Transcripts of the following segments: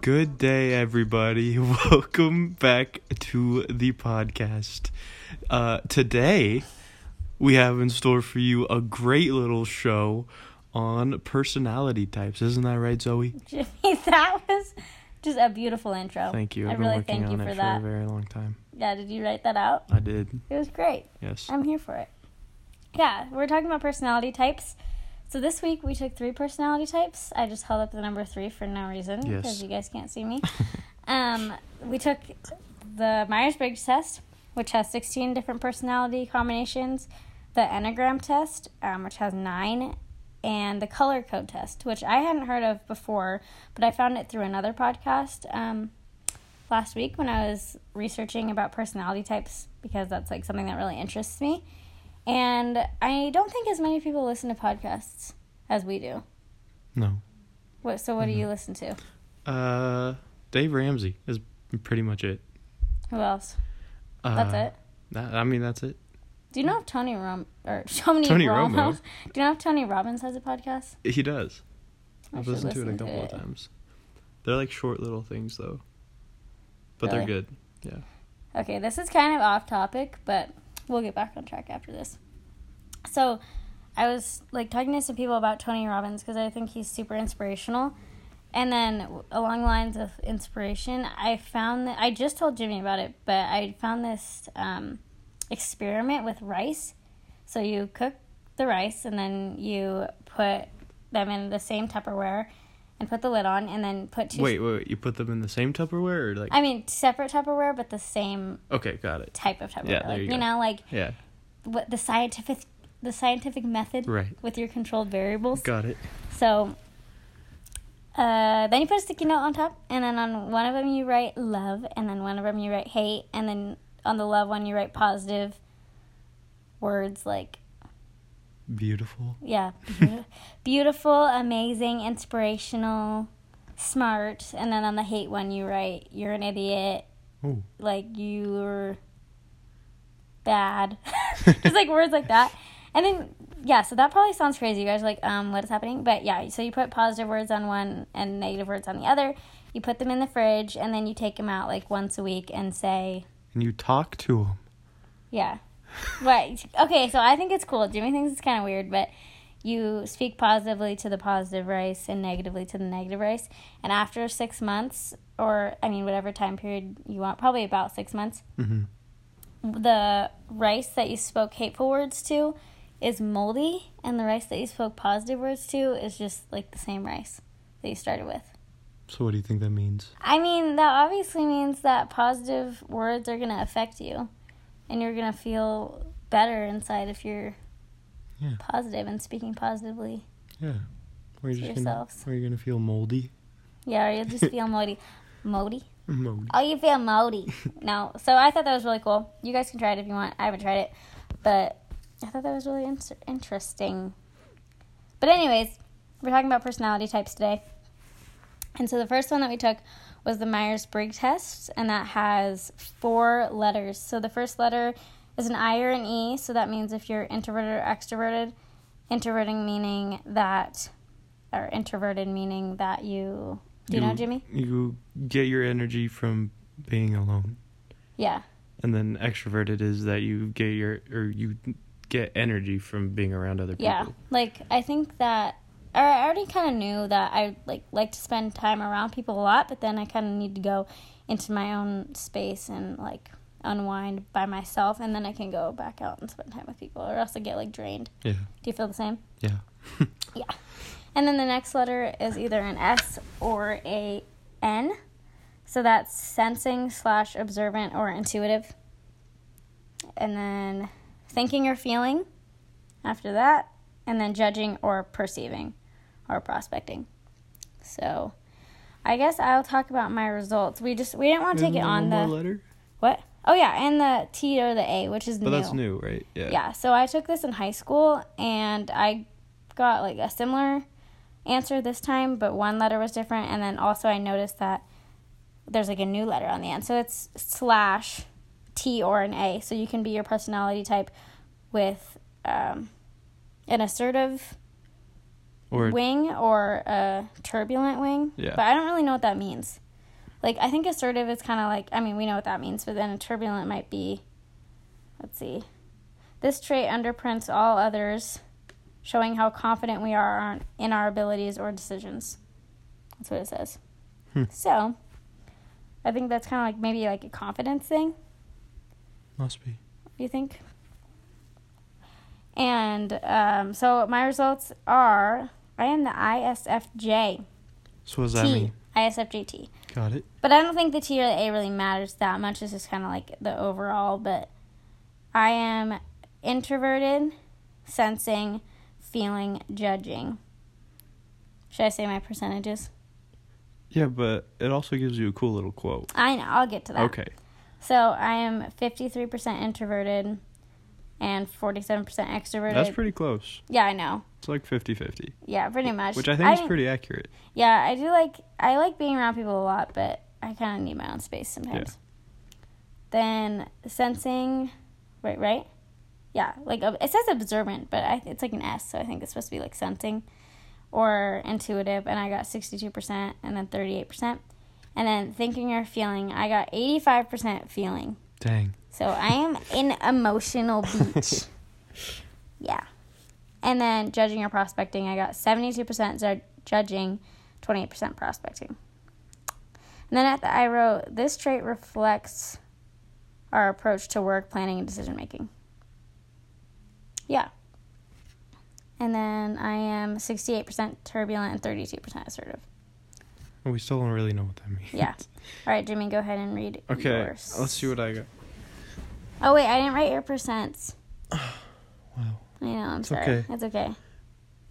Good day, everybody. Welcome back to the podcast. Uh, today, we have in store for you a great little show on personality types. Isn't that right, Zoe? Jimmy, that was just a beautiful intro. Thank you. I I've really been working thank you on for it that. for a very long time. yeah, did you write that out? I did. It was great. Yes. I'm here for it. Yeah, we're talking about personality types. So this week we took three personality types. I just held up the number three for no reason Yes. because you guys can't see me. um, we took the Myers Briggs test, which has 16 different personality combinations, the Enneagram test, um, which has nine, and the color code test, which I hadn't heard of before, but I found it through another podcast. Um, last week when I was researching about personality types because that's like something that really interests me. And I don't think as many people listen to podcasts as we do. No. What so what do Mm-hmm. you listen to? Uh, Dave Ramsey is pretty much it. Who else? Uh, That's it. That, I mean, that's it. Do you know if Tony Rom or Tony, Tony Romo? Romo? Do you know if Tony Robbins has a podcast? He does. I I've should listened to it a listen to couple of it. times. They're like short little things though. But they're Really? good. Yeah. Okay, this is kind of off topic, but we'll get back on track after this. So, I was like talking to some people about Tony Robbins because I think he's super inspirational. And then w- along the lines of inspiration, I found that I just told Jimmy about it, but I found this um, experiment with rice. So you cook the rice and then you put them in the same Tupperware and put the lid on, and then put two. Wait, wait, wait, you put them in the same Tupperware or like I mean, separate Tupperware, but the same Okay, got it. type of Tupperware. Yeah, there like, you you go. know, like Yeah. what the scientific the scientific method Right. with your controlled variables. Got it. So uh, then you put a sticky note on top, and then on one of them you write love, and then one of them you write hate, and then on the love one you write positive words like Beautiful. yeah, beauti- beautiful, amazing, inspirational, smart, and then on the hate one you write you're an idiot, Oh. like you're bad just like words like that and then yeah so that probably sounds crazy you guys are like um what is happening but yeah so you put positive words on one and negative words on the other you put them in the fridge and then you take them out like once a week and say And you talk to them. yeah right okay so i think it's cool jimmy thinks it's kind of weird but you speak positively to the positive rice and negatively to the negative rice and after six months or i mean whatever time period you want probably about six months Mhm. the rice that you spoke hateful words to is moldy, and the rice that you spoke positive words to is just like the same rice that you started with. So what do you think that means? I mean, that obviously means that positive words are going to affect you, and you're going to feel better inside if you're Yeah. positive and speaking positively. Yeah. We're To just gonna, yourselves. are you gonna feel moldy? Yeah, or you'll just feel moldy. Moldy? Moldy. Oh, you feel moldy. no. So I thought that was really cool. You guys can try it if you want. I haven't tried it, but I thought that was really in- interesting. But anyways, we're talking about personality types today. And so the first one that we took was the Myers-Briggs test, and that has four letters. So the first letter is an I or an E, so that means if you're introverted or extroverted. Introverting meaning that or introverted meaning that you do you know Jimmy? You get your energy from being alone. Yeah. And then extroverted is that you get your or you get energy from being around other people. Yeah, like I think that, or I already kind of knew that I like like to spend time around people a lot, but then I kind of need to go into my own space and like unwind by myself, and then I can go back out and spend time with people, or else I get like drained. Yeah. Do you feel the same? Yeah. Yeah. And then the next letter is either an S or a N, so that's sensing slash observant or intuitive, and then thinking or feeling after that, and then judging or perceiving or prospecting. So I guess I'll talk about my results. We just we didn't want to take Isn't it there on one more the letter? what? Oh yeah, and the T or the A, which is But that's new, right? Yeah. yeah, so I took this in high school and I got like a similar answer this time, but one letter was different. And then also I noticed that there's like a new letter on the end. So it's slash T or an A. So you can be your personality type with um, an assertive Or wing or a turbulent wing. Yeah. But I don't really know what that means. Like I think assertive is kind of like I mean we know what that means, but then a turbulent might be. Let's see. This trait underprints all others, showing how confident we are on- in our abilities or decisions. That's what it says. Hmm. So, I think that's kind of like maybe like a confidence thing must be. you think? And um, so my results are I am the ISFJ. So what does that T. mean? ISFJT. Got it. But I don't think the T or the A really matters that much. It's just kind of like the overall. But I am introverted, sensing, feeling, judging. Should I say my percentages? Yeah, but it also gives you a cool little quote. I know. I'll get to that. Okay. So I am 53% introverted and 47% extroverted. That's pretty close. Yeah, I know. It's like 50-50, Yeah, pretty much. which I think is pretty accurate. Yeah, I do like I like being around people a lot, but I kind of need my own space sometimes. Then sensing, right, right, yeah. Like ob- it says observant, but I, it's like an S, so I think it's supposed to be like sensing or intuitive. And I got sixty two percent, and then thirty eight percent, and then thinking or feeling. I got eighty five percent feeling. Dang. So I am an emotional beach. yeah. And then judging or prospecting, I got 72% ju- judging, 28% prospecting. And then at the I wrote, this trait reflects our approach to work, planning, and decision making. Yeah. And then I am 68% turbulent and 32% assertive. Well, we still don't really know what that means. Yeah. All right, Jimmy, go ahead and read Okay. yours. Let's see what I got. Oh, wait, I didn't write your percents. Wow. I know, I'm It's sorry. okay. It's okay.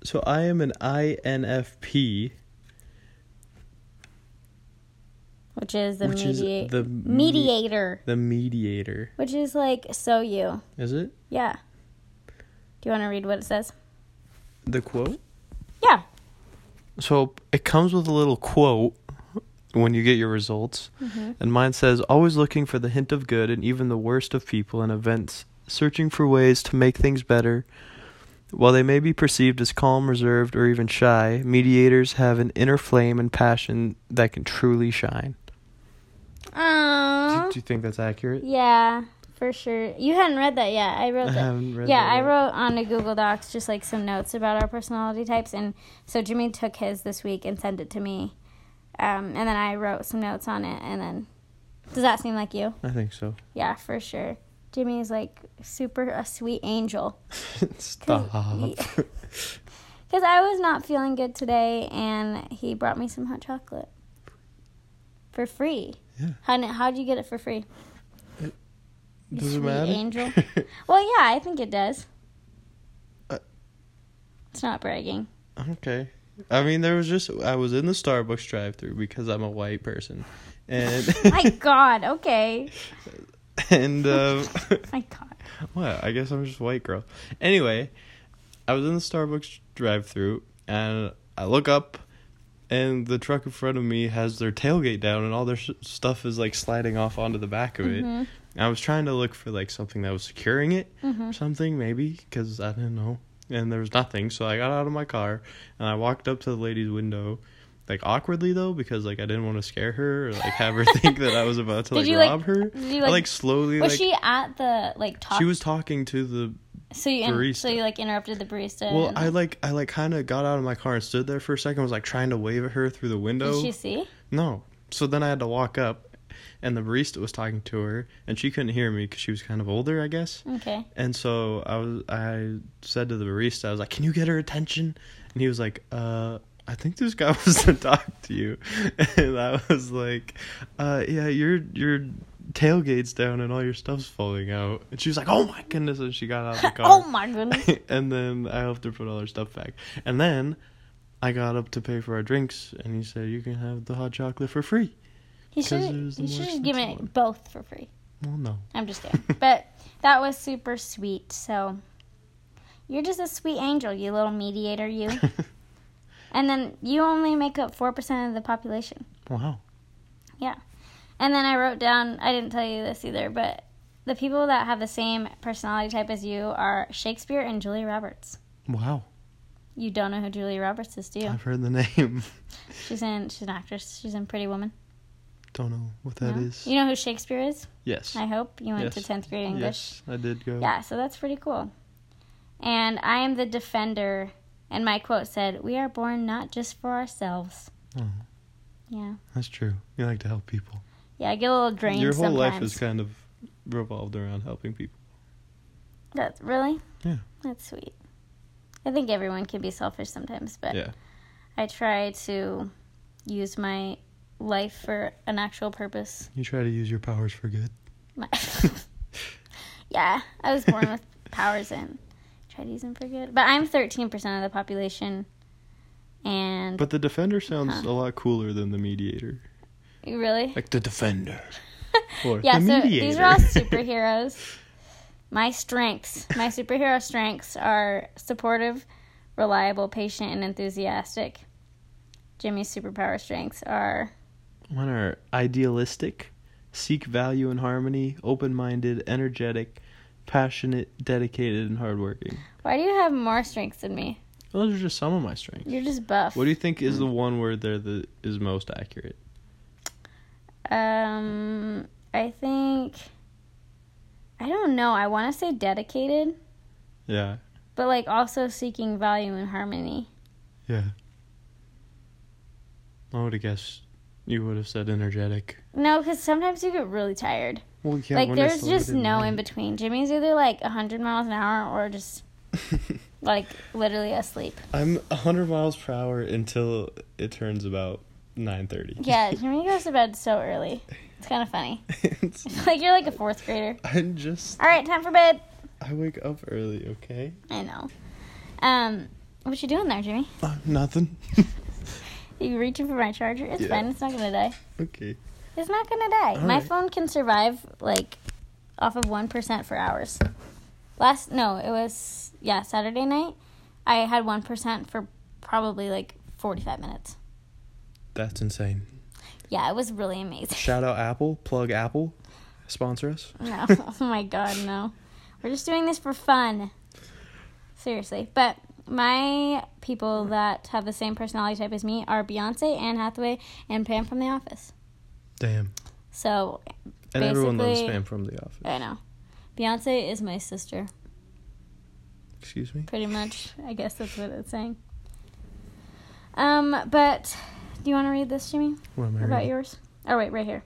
So I am an INFP, Which is the which mediate is the me- mediator, the mediator. which is like so you. Is it Yeah. Do you want to read what it says? the quote? Yeah. So it comes with a little quote when you get your results. Mm-hmm. And mine says, always looking for the hint of good in even the worst of people and events, searching for ways to make things better. While they may be perceived as calm, reserved, or even shy, mediators have an inner flame and passion that can truly shine. Um. Do you think that's accurate? Uh-huh. Yeah, for sure. You hadn't read that yet. I wrote I that. haven't read yeah, that I yet. wrote on the Google Docs just like some notes about our personality types, and so Jimmy took his this week and sent it to me, um, and then I wrote some notes on it, and then does that seem like you? I think so. Yeah, for sure. Jimmy is like super a sweet angel. Stop. Because I was not feeling good today, and he brought me some hot chocolate for free. Yeah. How did how'd you get it for free? You Does it sweet matter? angel. Well, yeah, I think it does. Uh, it's not bragging. Okay. I mean, there was just I was in the Starbucks drive-through because I'm a white person, and My God. Okay. and uh, My God. well, I guess I'm just a white girl. Anyway, I was in the Starbucks drive-through and I look up, and the truck in front of me has their tailgate down and all their sh- stuff is like sliding off onto the back of it. Mm-hmm. And I was trying to look for like something that was securing it Mm-hmm. or something maybe because I didn't know. And there was nothing, so I got out of my car and I walked up to the lady's window, like awkwardly though, because like I didn't want to scare her or like have her think that I was about to Did like you, like- rob her. did you, I like- like slowly Was like she at the like top? she was talking to the So you in, so barista. you like interrupted the barista. well and- i like i like kind of got out of my car and stood there for a second was like trying to wave at her through the window did she see? no so then i had to walk up and the barista was talking to her and she couldn't hear me because she was kind of older i guess Okay. and so i was i said to the barista i was like can you get her attention and he was like uh I think this guy wants to talk to you, and I was like, uh, "Yeah, your your tailgate's down and all your stuff's falling out." And she was like, "Oh my goodness!" And she got out of the car. Oh my goodness. and then I helped her put all her stuff back. And then I got up to pay for our drinks, and he said, "You can have the hot chocolate for free." He 'Cause should it was the he more should have given expensive one. it both for free. Well, no, I'm just kidding. but that was super sweet. So you're just a sweet angel, you little mediator, you. and then you only make up 4% of the population. wow, And then I wrote down, I didn't tell you this either, but the people that have the same personality type as you are Shakespeare and Julia Roberts. Wow. You don't know who Julia Roberts is, do you? I've heard the name. She's in. She's an actress. She's in Pretty Woman. Don't know what that No? is. You know who Shakespeare is? Yes. I hope you went to Yes. tenth grade English. Yes, I did go. Yeah, so that's pretty cool. And I am the defender. And my quote said, "We are born not just for ourselves." Oh, Yeah, that's true. You like to help people. yeah. I get a little drained Your whole sometimes. life is kind of revolved around helping people. That's really. Yeah. That's sweet. I think everyone can be selfish sometimes, but Yeah. I try to use my life for an actual purpose. You try to use your powers for good. My- yeah, I was born with powers and try to use them for good. But I'm 13% of the population, and But the defender sounds Huh. a lot cooler than the mediator. really, Like the defender. Or yeah. the so mediator. these are all superheroes. my strengths, my superhero strengths are supportive, reliable, patient, and enthusiastic. Jimmy's superpower strengths are Mine are idealistic, seek value and harmony, open minded, energetic, passionate, dedicated, and hardworking. Why do you have more strengths than me? Those are just some of my strengths. You're just buff. What do you think is the one word there that is most accurate? um, I think I don't know. I want to say dedicated, Yeah. but like also seeking value and harmony. Yeah. I would have guessed you would have said energetic. No, because sometimes you get really tired. Well, yeah, like there's just no in between. Jimmy's either like 100 miles an hour or just between. like literally asleep. I'm 100 miles per hour until it turns about 9:30. Yeah, Jimmy goes to bed so early. It's kind of funny. It's- like you're like a fourth grader. I'm just All right, time for bed. I wake up early, okay? I know. Um, what you doing there, Jimmy? Uh, nothing. You reaching for my charger? It's Yeah. fine. It's not gonna die. okay. It's not gonna die. All my right. phone can survive like off of one percent for hours. Last no, it was yeah Saturday night. I had one percent for probably like forty five minutes. That's insane. Yeah, it was really amazing. Shout out Apple, plug Apple, sponsor us. No, oh my god, no. We're just doing this for fun. Seriously, but my people that have the same personality type as me are Beyonce, Anne Hathaway, and Pam from The Office. Damn. So And everyone loves Basically- Pam from The Office. I know. Beyonce is my sister, Excuse me. pretty much. I guess that's what it's saying. Um, but do you want to read this, Jimmy? What am I About reading? yours? Oh wait, right here.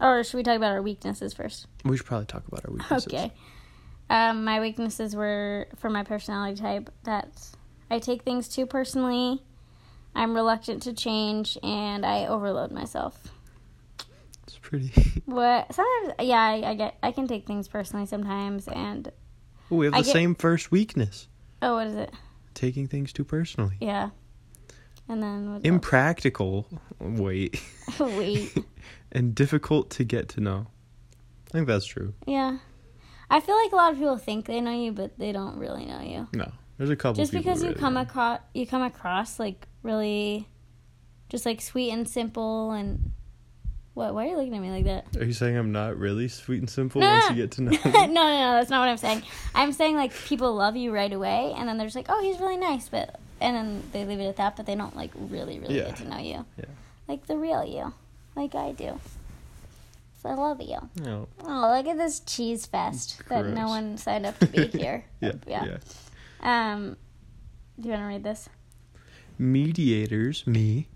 Or should we talk about our weaknesses first? We should probably talk about our weaknesses. Okay. Um, my weaknesses were for my personality type that I take things too personally, I'm reluctant to change, and I overload myself. It's pretty. What sometimes, yeah, I, I get I can take things personally sometimes, and Oh, we have I the get- same first weakness. oh, what is it? Taking things too personally. Yeah. And then what else? Impractical. Wait. Wait. and difficult to get to know. I think that's true. Yeah. I feel like a lot of people think they know you but they don't really know you. No, there's a couple. Just people because you really come know. across you come across like really just like sweet and simple and what why are you looking at me like that? Are you saying I'm not really sweet and simple No, once no. you get to know? no, no, me? no, that's not what I'm saying. I'm saying like people love you right away and then they're just like, "Oh, he's really nice," but and then they leave it at that, but they don't like really really Yeah. get to know you. Yeah. Like the real you. Like I do. So I love you. No. Oh, look at this cheese fest that no Gross. one signed up to be here. Yeah, yeah. Um, do you want to read this? Mediators, me,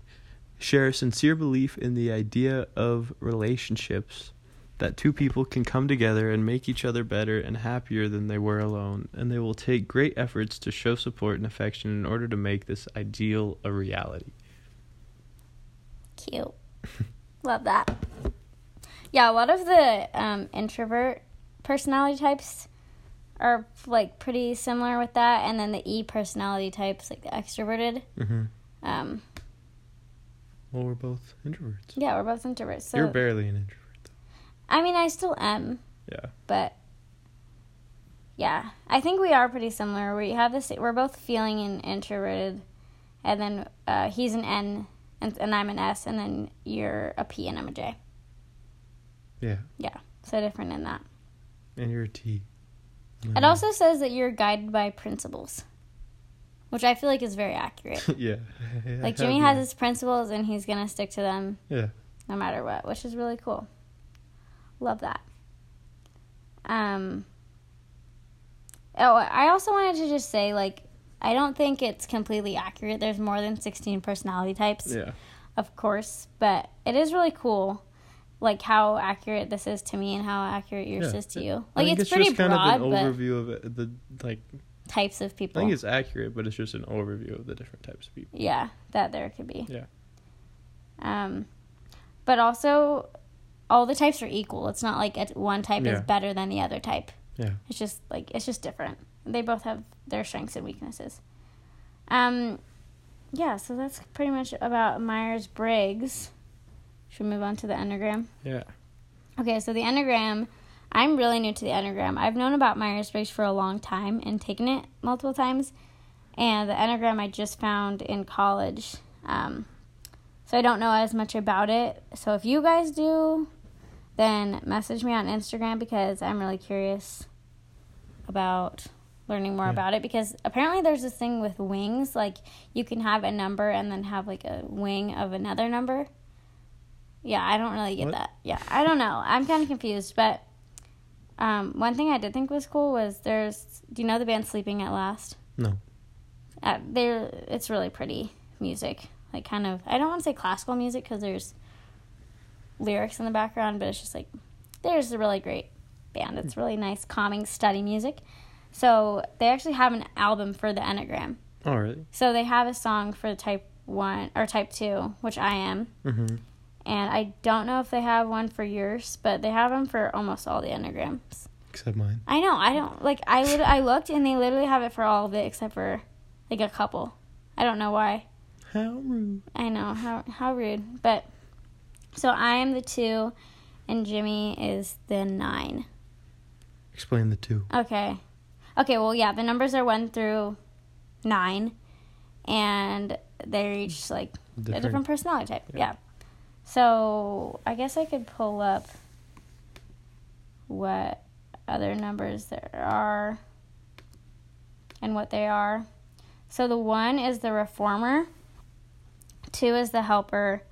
share a sincere belief in the idea of relationships that two people can come together and make each other better and happier than they were alone, and they will take great efforts to show support and affection in order to make this ideal a reality. Cute. Love that. Yeah, a lot of the um, introvert personality types are like pretty similar with that, and then the E personality types, like the extroverted. Mm-hmm. Um, Well, we're both introverts. yeah, we're both introverts. So You're barely an introvert, though. I mean, I still am, Yeah. but yeah, I think we are pretty similar. We have this. We're both feeling and introverted, and then uh, he's an N, and, and I'm an S, and then you're a P, and I'm a J. Yeah. So different in that. And you're a T. It also says that you're guided by principles, which I feel like is very accurate. yeah. Like Jimmy has his principles and he's gonna stick to them Yeah. no matter what, which is really cool. Love that. Um Oh, I also wanted to just say like I don't think it's completely accurate. There's more than 16 personality types, Yeah. of course, but it is really cool like how accurate this is to me and how accurate yours Yeah. is to you. I Like think it's, pretty just kind broad, of an but overview of it, the like. types of I people. think it's accurate, but it's just an overview of the different types of people. Yeah, that there could be. Yeah. Um, but also, all the types are equal. It's not like a, one type Yeah. is better than the other type. Yeah. It's just like it's just different. They both have their strengths and weaknesses. Um, yeah. So that's pretty much about Myers Briggs. Should we move on to the Enneagram? Yeah. Okay, so the Enneagram, I'm really new to the Enneagram. I've known about Myers Briggs for a long time and taken it multiple times. And the Enneagram I just found in college. Um, so I don't know as much about it. So if you guys do, then message me on Instagram because I'm really curious about learning more Yeah. about it because apparently there's this thing with wings like you can have a number and then have like a wing of another number yeah, I don't really get What? that. Yeah, I don't know. I'm kind of confused, but um, one thing I did think was cool was there's. Do you know the band Sleeping at Last? No. Uh, they're it's really pretty music, like kind of. I don't want to say classical music because there's lyrics in the background, but it's just like there's a really great band. It's really nice, calming study music. So they actually have an album for the Enneagram. All right. So they have a song for Type One or Type Two, which I am Mm-hmm. and I don't know if they have one for yours, but they have them for almost all the enneagrams. Except mine. I know I don't like I lit- I looked and they literally have it for all of it except for like a couple. I don't know why. How rude. I know how how rude, but so I am the two, and Jimmy is the nine. Explain the two. Okay, okay. Well, yeah, the numbers are one through nine, and they're each like Different. a different personality type. Yeah. Yeah. So I guess I could pull up what other numbers there are and what they are. So the one is the reformer, two is the helper,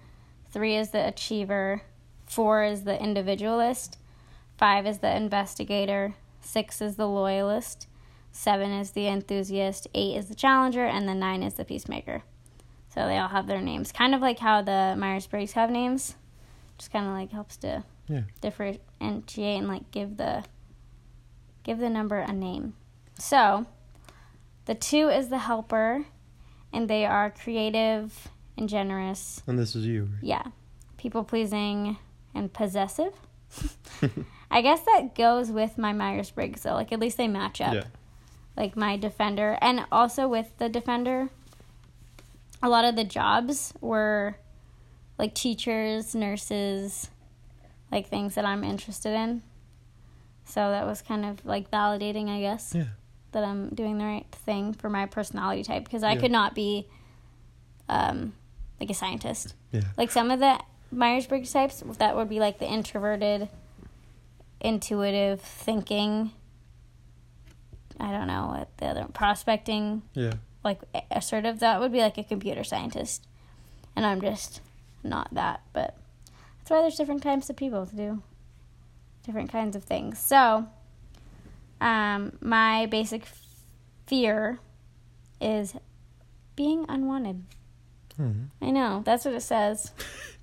three is the achiever, four is the individualist, five is the investigator, six is the loyalist, seven is the enthusiast, eight is the challenger, and then nine is the peacemaker. So they all have their names, kind of like how the Myers Briggs have names. Just kind of like helps to Yeah. differentiate and like give the give the number a name. So the two is the helper, and they are creative and generous. And this is you. Right? Yeah, people pleasing and possessive. I guess that goes with my Myers Briggs though. Like at least they match up like my defender and also with the defender a lot of the jobs were like teachers nurses like things that i'm interested in so that was kind of like validating i guess Yeah. that i'm doing the right thing for my personality type because i Yeah. could not be um like a scientist Yeah. like some of the Myers Briggs types, that would be like the introverted, intuitive thinking. I don't know what the other prospecting, Yeah. like assertive. That would be like a computer scientist, and I'm just not that. But that's why there's different types of people to do different kinds of things. So, um, my basic f- fear is being unwanted. Mhm. I know, that's what it says.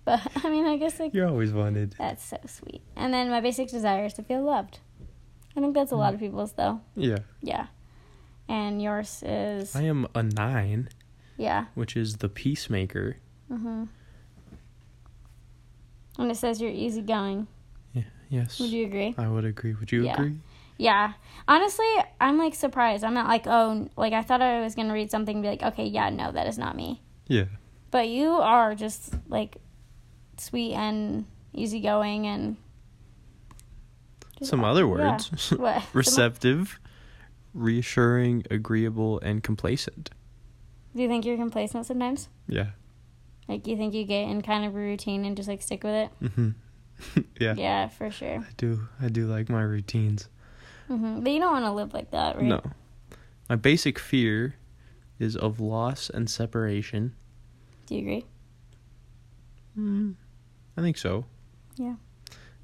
But I mean, I guess like You're always wanted. that's so sweet. And then my basic desire is to feel loved. I think that's a lot of people's though. Yeah. Yeah. And yours is I am a nine, yeah. which is the peacemaker. Mhm. And it says you're easygoing. Yeah. Yes. Would you agree? I would agree. Would you Yeah. agree? Yeah. Honestly, I'm like surprised. I'm not like oh n- like I thought I was gonna read something and be like okay yeah no that is not me. Yeah. But you are just like sweet and easygoing and just- Some other yeah. words. What? Receptive, reassuring, agreeable, and complacent. Do you think you're complacent sometimes? Yeah. Like you think you get in kind of a routine and just like stick with it? Mm-hmm. yeah. Yeah, for sure. I do. I do like my routines. hmm But you don't want to live like that, right? No. My basic fear is of loss and separation. Do you agree? Mm, I think so. Mm-hmm. Yeah.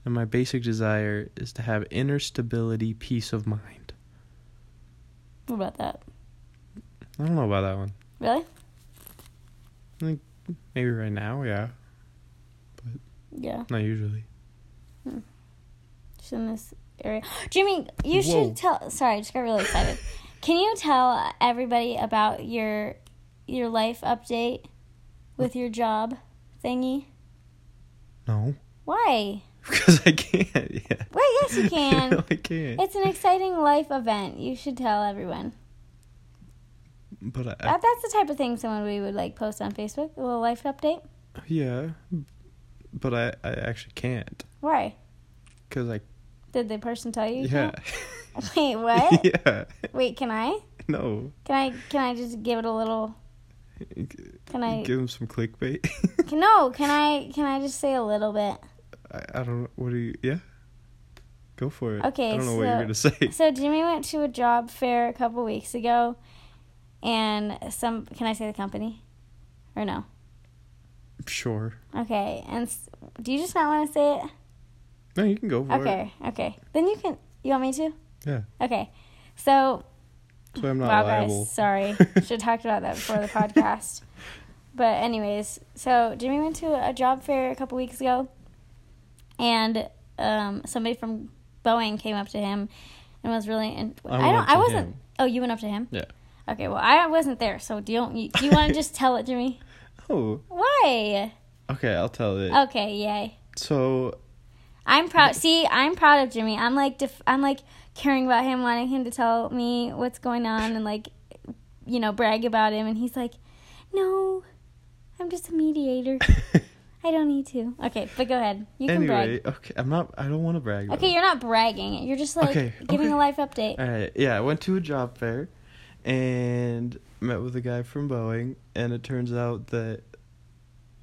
And my basic desire is to have inner stability, peace of mind. What about that? I don't know about that one. Really? I think maybe right now, yeah. Yeah. Not usually. Just in this area. Jimmy, Whoa. you should tell. Sorry, I just got really excited. Can you tell everybody about your your life update with your job thingy? No. Why? Because I can't, yeah. Wait, yes, you can. no, I can't. It's an exciting life event. You should tell everyone. but I, That, that's the type of thing someone we would like post on Facebook. A little life update. yeah. But I, I actually can't. Why? Because I, Did the person tell you? you yeah. can't? Wait, what? yeah. Wait, can I? No. Can I? Can I just give it a little? Can I? Give him some clickbait. Can, no. Can I? Can I just say a little bit? I, I don't know. What do you? Yeah. Go for it. Okay, I don't know what you're so- gonna say. So Jimmy went to a job fair a couple weeks ago, and some. Can I say the company? Or no? Sure. Okay. And s- do you just not want to say it? No, you can go for it. Okay. Okay. Then you can. You want me to? Yeah. Okay. So So I'm not wow, liable. guys, sorry. Should have talked about that before the podcast. But anyways, so Jimmy went to a job fair a couple weeks ago, and um, somebody from Boeing came up to him and was really. In- I I, went up don't. to I wasn't. him. Oh, you went up to him. Yeah. Okay. Well, I wasn't there, so do you, you do you want to just tell it, Jimmy? Oh. Why? Okay, I'll tell it. Okay. Yay. So I'm proud. See, I'm proud of Jimmy. I'm like, def- I'm like caring about him, wanting him to tell me what's going on, and like, you know, brag about him. And he's like, "No, I'm just a mediator. I don't need to." Okay, but go ahead. You can anyway, okay, I'm not. I don't want to brag. brag. Okay, you're not bragging. You're just like Okay, giving okay. Uh, a life update. All right. Yeah, I went to a job fair, and met with a guy from Boeing, and it turns out that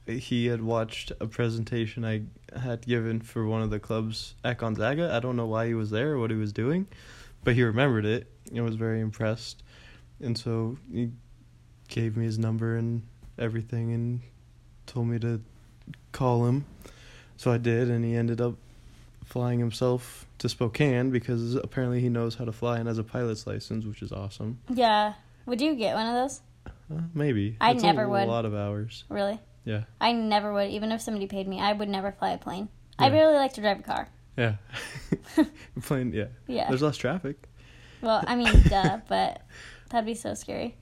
he had watched a presentation I had given for one of the clubs at Gonzaga. I don't know why he was there or what he was doing, but he remembered it and was very impressed, and so he gave me his number and everything and told me to call him. So I did, and he ended up flying himself to Spokane because apparently he knows how to fly and has a pilot's license, which is awesome. Yeah. Would you get one of those? Uh, maybe I That's never a would. lot of hours. Really? Yeah, I never would. Even if somebody paid me, I would never fly a plane. I Yeah. really like to drive a car. yeah. Plane, yeah. Yeah. There's less traffic, well, I mean, duh, but that'd be so scary.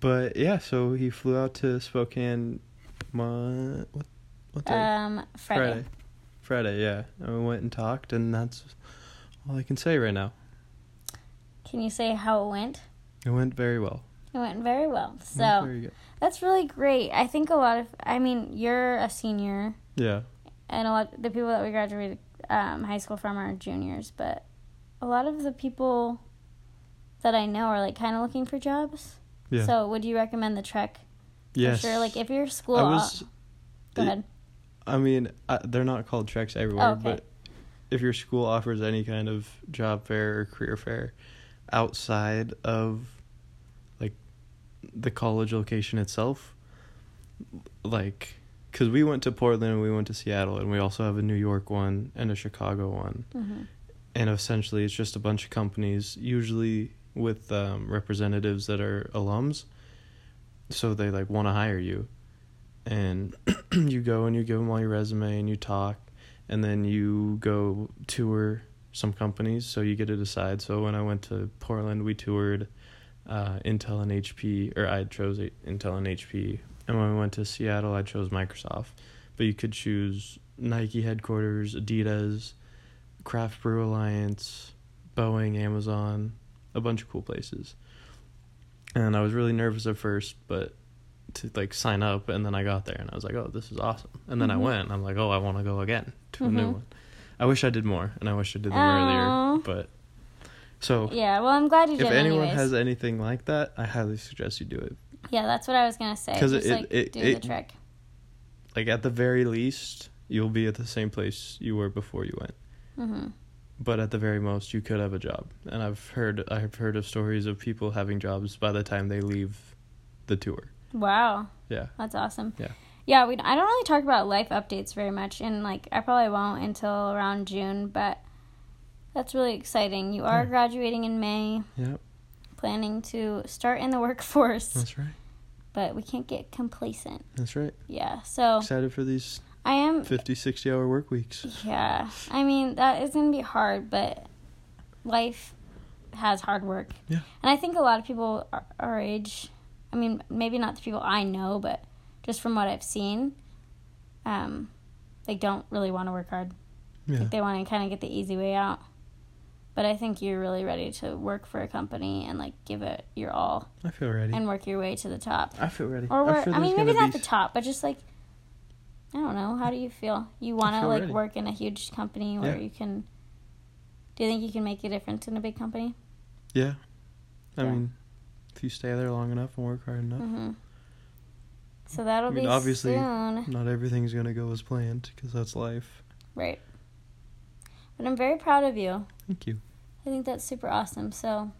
but yeah. So he flew out to Spokane. Mon- what? What day? Um, Friday. Friday, yeah. And we went and talked, and that's all I can say right now. Can you say how it went? It went very well. It went very well. It went So very good. that's really great. I think a lot of, I mean, you're a senior, yeah, and a lot the people that we graduated um, high school from are juniors, but a lot of the people that I know are like kind of looking for jobs. yeah, So would you recommend the Trek? yes. For sure. Like if your school, I was. go ahead. I mean, uh, they're not called treks everywhere, Oh, okay. but if your school offers any kind of job fair or career fair outside of like the college location itself, like because we went to Portland and we went to Seattle, and we also have a New York one and a Chicago one, hmm and essentially it's just a bunch of companies, usually with um, representatives that are alums, so they like want to hire you, and you go and you give them all your resume and you talk, and then you go tour some companies, so you get to decide. So when I went to Portland, we toured uh, Intel and HP, or I chose I- Intel and HP, and when we went to Seattle, I chose Microsoft, but you could choose Nike headquarters, Adidas. Craft Brew Alliance, Boeing, Amazon, a bunch of cool places. And I was really nervous at first, but to like sign up, and then I got there and I was like, oh, this is awesome. And then Mhm. I went, and I'm like, oh, I want to go again to a new Mhm. one. I wish I did more, and I wish I did them Aw. earlier, but so. Yeah. Well, I'm glad you If did. anyone anyways. has anything like that, I highly suggest you do it. yeah, that's what I was gonna say. 'Cause it- Just like it- do it- the Trek. Like at the very least, you'll be at the same place you were before you went. Mm-hmm. but at the very most you could have a job and i've heard i've heard of stories of people having jobs by the time they leave the tour Wow. yeah That's awesome. Yeah. Yeah, we I don't really talk about life updates very much and like I probably won't until around June, but that's really exciting. You are Yeah. graduating in May, Yep. planning to start in the workforce, that's right but we can't get complacent. that's right Yeah. So excited for these I am 50 60 hour work weeks yeah. I mean, that is going to be hard, but life has hard work. Yeah. And I think a lot of people our- our age, I mean, maybe not the people I know, but just from what I've seen, um, they don't really want to work hard. yeah Like they want to kind of get the easy way out. But I think you're really ready to work for a company and like give it your all i feel ready and work your way to the top. i feel ready Or I'm where, sure I mean, there's maybe gonna not be- the top, but just like I don't know. How do you feel? You want to feel like ready. work in a huge company where Yeah. you can. Do you think you can make a difference in a big company? yeah i Yeah. mean if you stay there long enough and work hard enough hmm So that'll I mean, be obviously- soon, not everything's gonna go as planned because that's life right? But I'm very proud of you. thank you I think that's super awesome. So,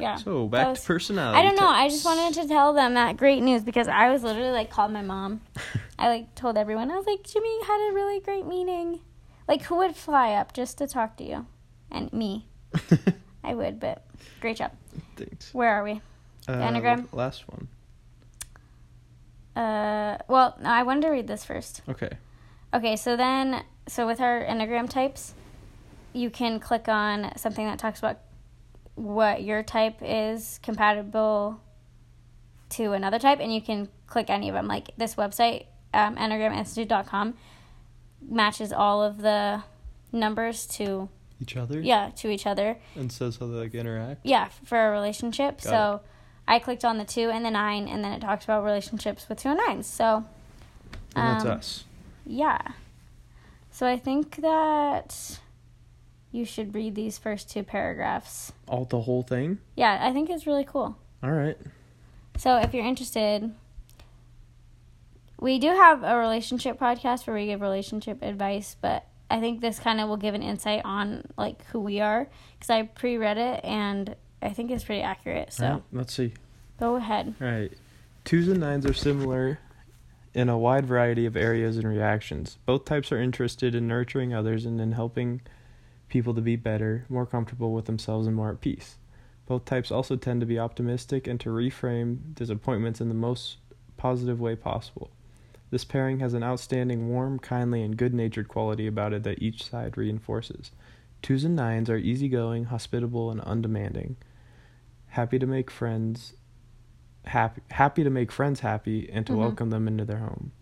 yeah. so back was- to personality I don't know. I just wanted to tell them that great news because I was literally like called my mom. I like told everyone. I was like, Jimmy had a really great meeting. Like, who would fly up just to talk to you? And me, to I would. But great job. thanks Where are we? Uh, Anagram? last one Uh, well, no, I wanted to read this first. okay Okay, so then, so with our Enneagram types, you can click on something that talks about what your type is compatible to another type, and you can click any of them. Like this website, um, EnneagramInstitute.com, matches all of the numbers to each other yeah to each other and says how they like interact yeah f- for a relationship Got so i clicked on the two and the nine and then it talks about relationships with two and nines so and that's um, us yeah. So I think that you should read these first two paragraphs. all the whole thing Yeah, I think it's really cool. all right So if you're interested, we do have a relationship podcast where we give relationship advice, but I think this kind of will give an insight on like who we are cuz I pre-read it and I think it's pretty accurate. So, all right, let's see go ahead. all right twos and nines are similar in a wide variety of areas and reactions both types are interested in nurturing others and in helping people to be better more comfortable with themselves and more at peace both types also tend to be optimistic and to reframe disappointments in the most positive way possible This pairing has an outstanding warm, kindly, and good natured quality about it that each side reinforces. Twos and nines are easygoing, hospitable, and undemanding. Happy to make friends happy happy to make friends happy and to Mhm. welcome them into their home.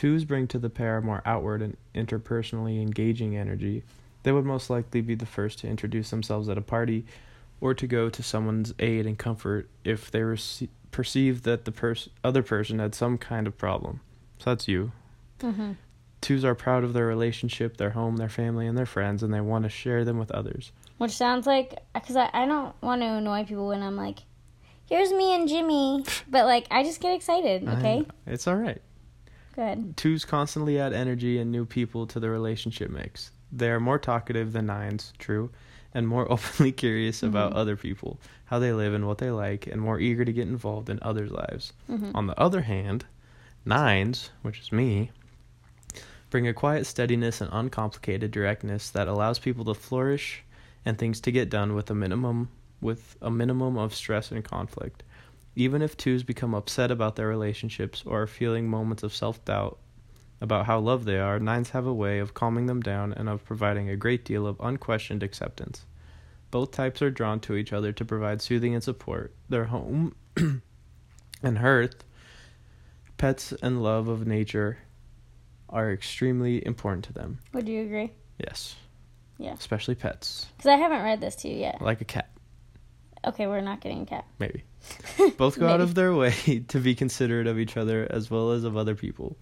Twos bring to the pair a more outward and interpersonally engaging energy. They would most likely be the first to introduce themselves at a party or to go to someone's aid and comfort if they rece- perceive that the pers- other person had some kind of problem. So that's you. Mhm. Twos are proud of their relationship, their home, their family, and their friends, and they want to share them with others. Which sounds like because I, I don't want to annoy people when I'm like, here's me and Jimmy, but like I just get excited. Okay, I- it's all right. good. Twos constantly add energy and new people to the relationship mix. They are more talkative than nines, true, and more openly curious about other people, how they live and what they like, and more eager to get involved in others' lives. Mhm. On the other hand, nines, which is me, bring a quiet steadiness and uncomplicated directness that allows people to flourish and things to get done with a minimum with a minimum of stress and conflict. Even if twos become upset about their relationships or are feeling moments of self doubt about how loved they are, nines have a way of calming them down and of providing a great deal of unquestioned acceptance. Both types are drawn to each other to provide soothing and support. Their home and hearth, pets, and love of nature are extremely important to them. Would you agree? Yes. Yeah. Especially pets, Because I haven't read this to you yet. like a cat. Okay, we're not getting a cat. Maybe. Both go out Maybe. of their way to be considerate of each other as well as of other people.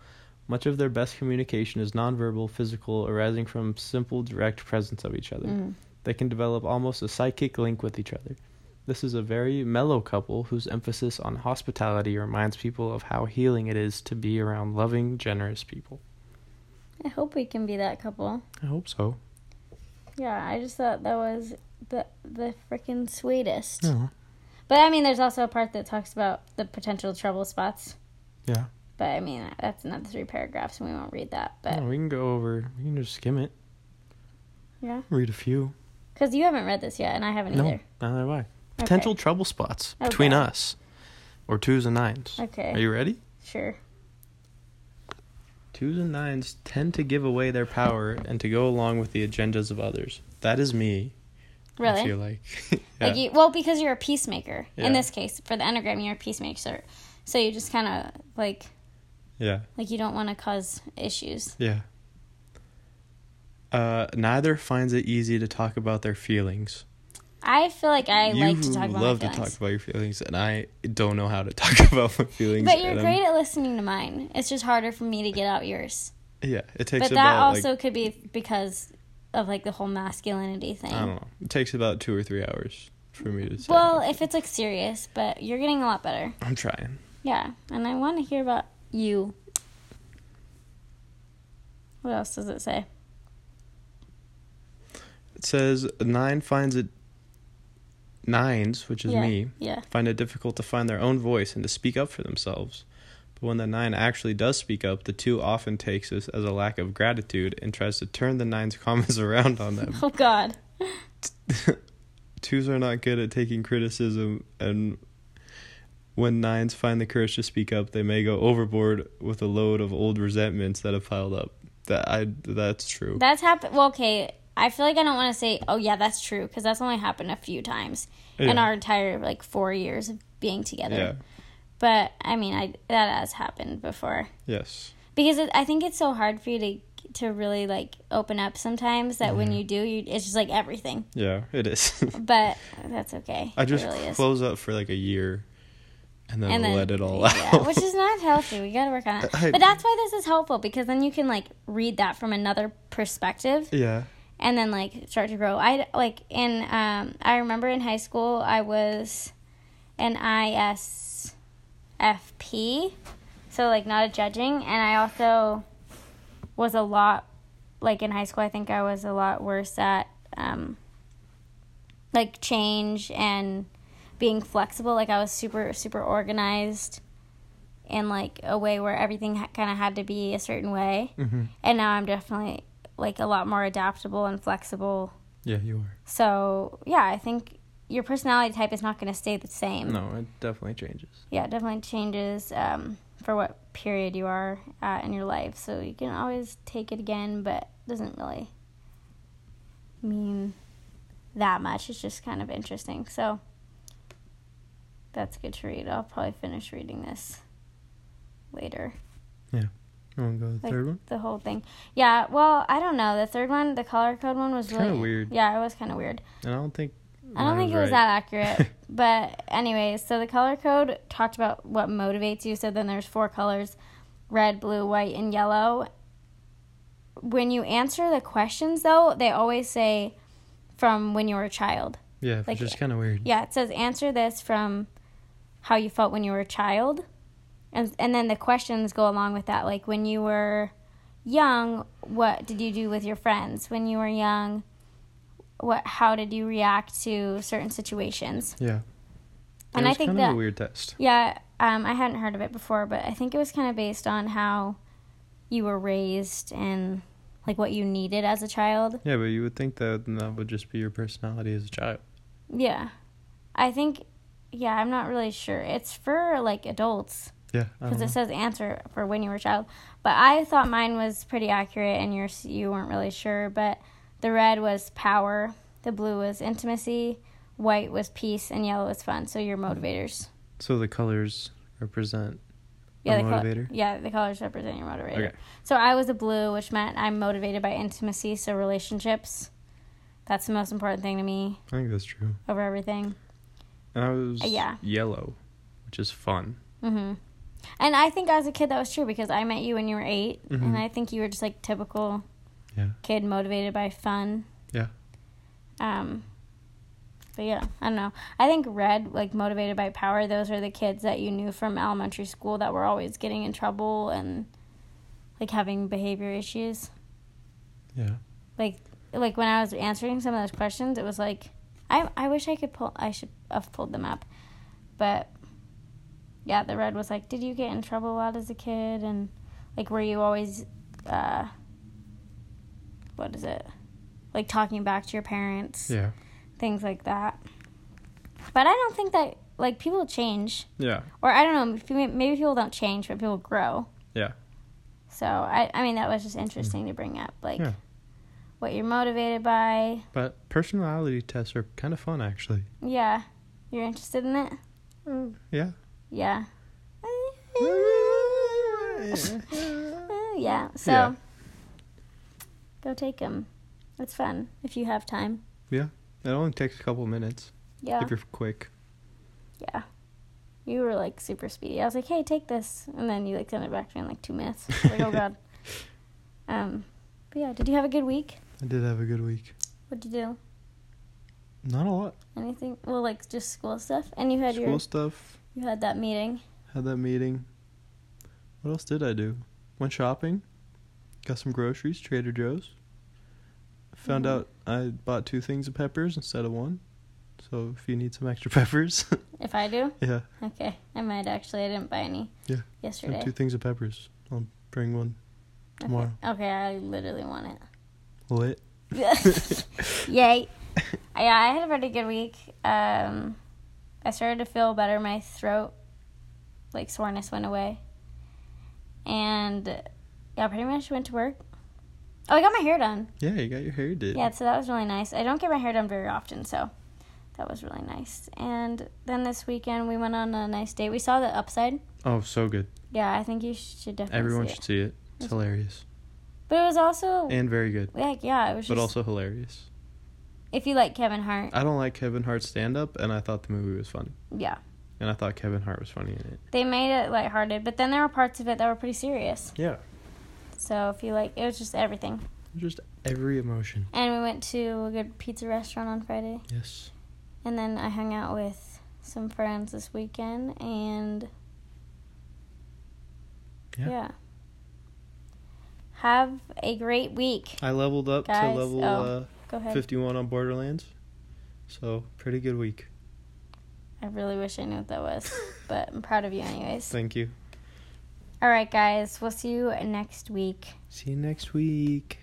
Much of their best communication is nonverbal, physical, arising from simple, direct presence of each other. Mm. They can develop almost a psychic link with each other. This is a very mellow couple whose emphasis on hospitality reminds people of how healing it is to be around loving, generous people. I hope we can be that couple. I hope so. Yeah, I just thought that was the the freaking sweetest. No. But I mean, there's also a part that talks about the potential trouble spots. Yeah. But I mean, that's another three paragraphs, and we won't read that. But No, we can go over. We can just skim it. yeah, Read a few. because you haven't read this yet, and I haven't No, either. neither have I. Potential trouble spots between Okay. us, or twos and nines. Okay. Are you ready? Sure. Twos and nines tend to give away their power and to go along with the agendas of others. That is me. I Really? feel like. Like you, well, because you're a peacemaker. Yeah. In this case, for the enneagram, you're a peacemaker. So you just kind of like yeah. like you don't want to cause issues. Yeah. Uh, neither finds it easy to talk about their feelings. I feel like I you like to talk about love my to feelings. talk about your feelings, and I don't know how to talk about my feelings. but you're and I'm- great at listening to mine. It's just harder for me to get out yours. Yeah, it takes But that about also like could be because of like the whole masculinity thing. I don't know. It takes about two or three hours for me to. Say Well, if it's like serious, but you're getting a lot better. I'm trying. Yeah, and I want to hear about you. What else does it say? It says nine finds it. Nines, which is yeah. me, Yeah. find it difficult to find their own voice and to speak up for themselves. But when the nine actually does speak up, the two often takes this as a lack of gratitude and tries to turn the nine's comments around on them. Oh God. Twos are not good at taking criticism, and when nines find the courage to speak up, they may go overboard with a load of old resentments that have piled up. That I that's true. That's happened. Well, okay. I feel like I don't want to say, oh, yeah, that's true, because that's only happened a few times in Yeah. our entire, like, four years of being together. yeah. But, I mean, I that has happened before. Yes. Because it, I think it's so hard for you to to really, like, open up sometimes that Mm-hmm. when you do, you, it's just, like, everything. Yeah. It is. But that's okay. I just it really is. close up for like a year, and then, and then, let it all yeah, out. which is not healthy. We got to work on it. I- But that's why this is helpful, because then you can, like, read that from another perspective. yeah. and then like start to grow. I like in um I remember in high school I was an ISFP, so like not a judging, and I also was a lot like in high school. I think I was a lot worse at um like change and being flexible. Like I was super super organized. In like a way where everything ha- kind of had to be a certain way, Mm-hmm. and now I'm definitely like a lot more adaptable and flexible. Yeah, you are. So yeah, I think your personality type is not going to stay the same. No, it definitely changes. Yeah, it definitely changes um, for what period you are at in your life. So you can always take it again, but it doesn't really mean that much. It's just kind of interesting. So that's good to read. I'll probably finish reading this later. You want to go to the Like- third one? the whole thing. Yeah, well, I don't know. The third one, the color code one, was Kinda really weird. Yeah, it was kind of weird. And I don't think. I mine don't think it right. was that accurate. but anyways, so the color code talked about what motivates you. So then there's four colors: red, blue, white, and yellow. When you answer the questions, though, they always say from when you were a child. Yeah, like- which is kind of weird. Yeah, it says answer this from how you felt when you were a child. And and then the questions go along with that like when you were young, what did you do with your friends? When you were young, what how did you react to certain situations? Yeah. And it I was think kind of that- a weird test. Yeah, um, I hadn't heard of it before, but I think it was kind of based on how you were raised and like what you needed as a child. Yeah, but you would think that that would just be your personality as a child. Yeah. I think yeah, I'm not really sure. It's for like adults Yeah. I don't because know. it says answer for when you were a child. But I thought mine was pretty accurate and yours you weren't really sure, but the red was power, the blue was intimacy, white was peace and yellow was fun. So your motivators. So the colors represent. Yeah, A the col- motivator? yeah, the colors represent your motivator. Okay. So I was a blue, which meant I'm motivated by intimacy, so relationships. That's the most important thing to me I think that's true. over everything. And I was Yeah. yellow, which is fun. hmm And I think as a kid that was true because I met you when you were 8 Mhm. and I think you were just like typical Yeah. kid motivated by fun. Yeah. Um, but yeah, I don't know. I think red, like motivated by power, those are the kids that you knew from elementary school that were always getting in trouble and like having behavior issues. Yeah. Like like when I was answering some of those questions, it was like, I I wish I could pull. I should have pulled them up, but yeah, the red was like, did you get in trouble a lot as a kid, and like were you always, uh, what is it, like talking back to your parents, Yeah. things like that. But I don't think that like people change, Yeah. or I don't know, maybe people don't change, but people grow. Yeah. So I, I mean, that was just interesting to bring up, like Yeah. what you're motivated by. But personality tests are kind of fun, actually. Yeah, you're interested in it. Yeah. Yeah. yeah. So Yeah. go take them. It's fun if you have time. It only takes a couple minutes Yeah. if you're quick. Yeah. You were like super speedy. I was like, "Hey, take this," and then you like sent it back to me in like two minutes. I was like, oh god. Um, but yeah, did you have a good week? I did have a good week. What'd you do? Not a lot. Anything? Well, like just school stuff. And you had School your stuff. you had that meeting. Had that meeting. What else did I do? Went shopping. Got some groceries, Trader Joe's. Found Mhm. out I bought two things of peppers instead of one. So if you need some extra peppers, If I do, yeah, okay, I might actually. I didn't buy any. Yeah. I Yesterday. have two things of peppers. I'll bring one Okay. tomorrow. okay, I literally want it. Lit. Yay. Yeah, I had a pretty good week. Um, I started to feel better. My throat, like, soreness went away. And yeah, I pretty much went to work. Oh, I got my hair done. Yeah, you got your hair did. Yeah, so that was really nice. I don't get my hair done very often, so that was really nice. And then this weekend, we went on a nice date. We saw the upside. Oh, so good. Yeah, I think you should definitely Everyone see it. should see it. It's It's- hilarious But it was also, and very good, like, yeah, it was just, but also hilarious. if you like Kevin Hart, I don't like Kevin Hart's stand up, and I thought the movie was funny, yeah. and I thought Kevin Hart was funny in it. they made it lighthearted, but then there were parts of it that were pretty serious. Yeah, So if you like, it was just everything. just every emotion. And we went to a good pizza restaurant on Friday, Yes. and then I hung out with some friends this weekend, and Yeah. yeah. Have a great week. I leveled up Guys, to level oh, Go uh, ahead. 51 on Borderlands, so pretty good week. I really wish I knew what that was, but I'm proud of you anyways. Thank you. All right, guys. We'll see you next week. See you next week.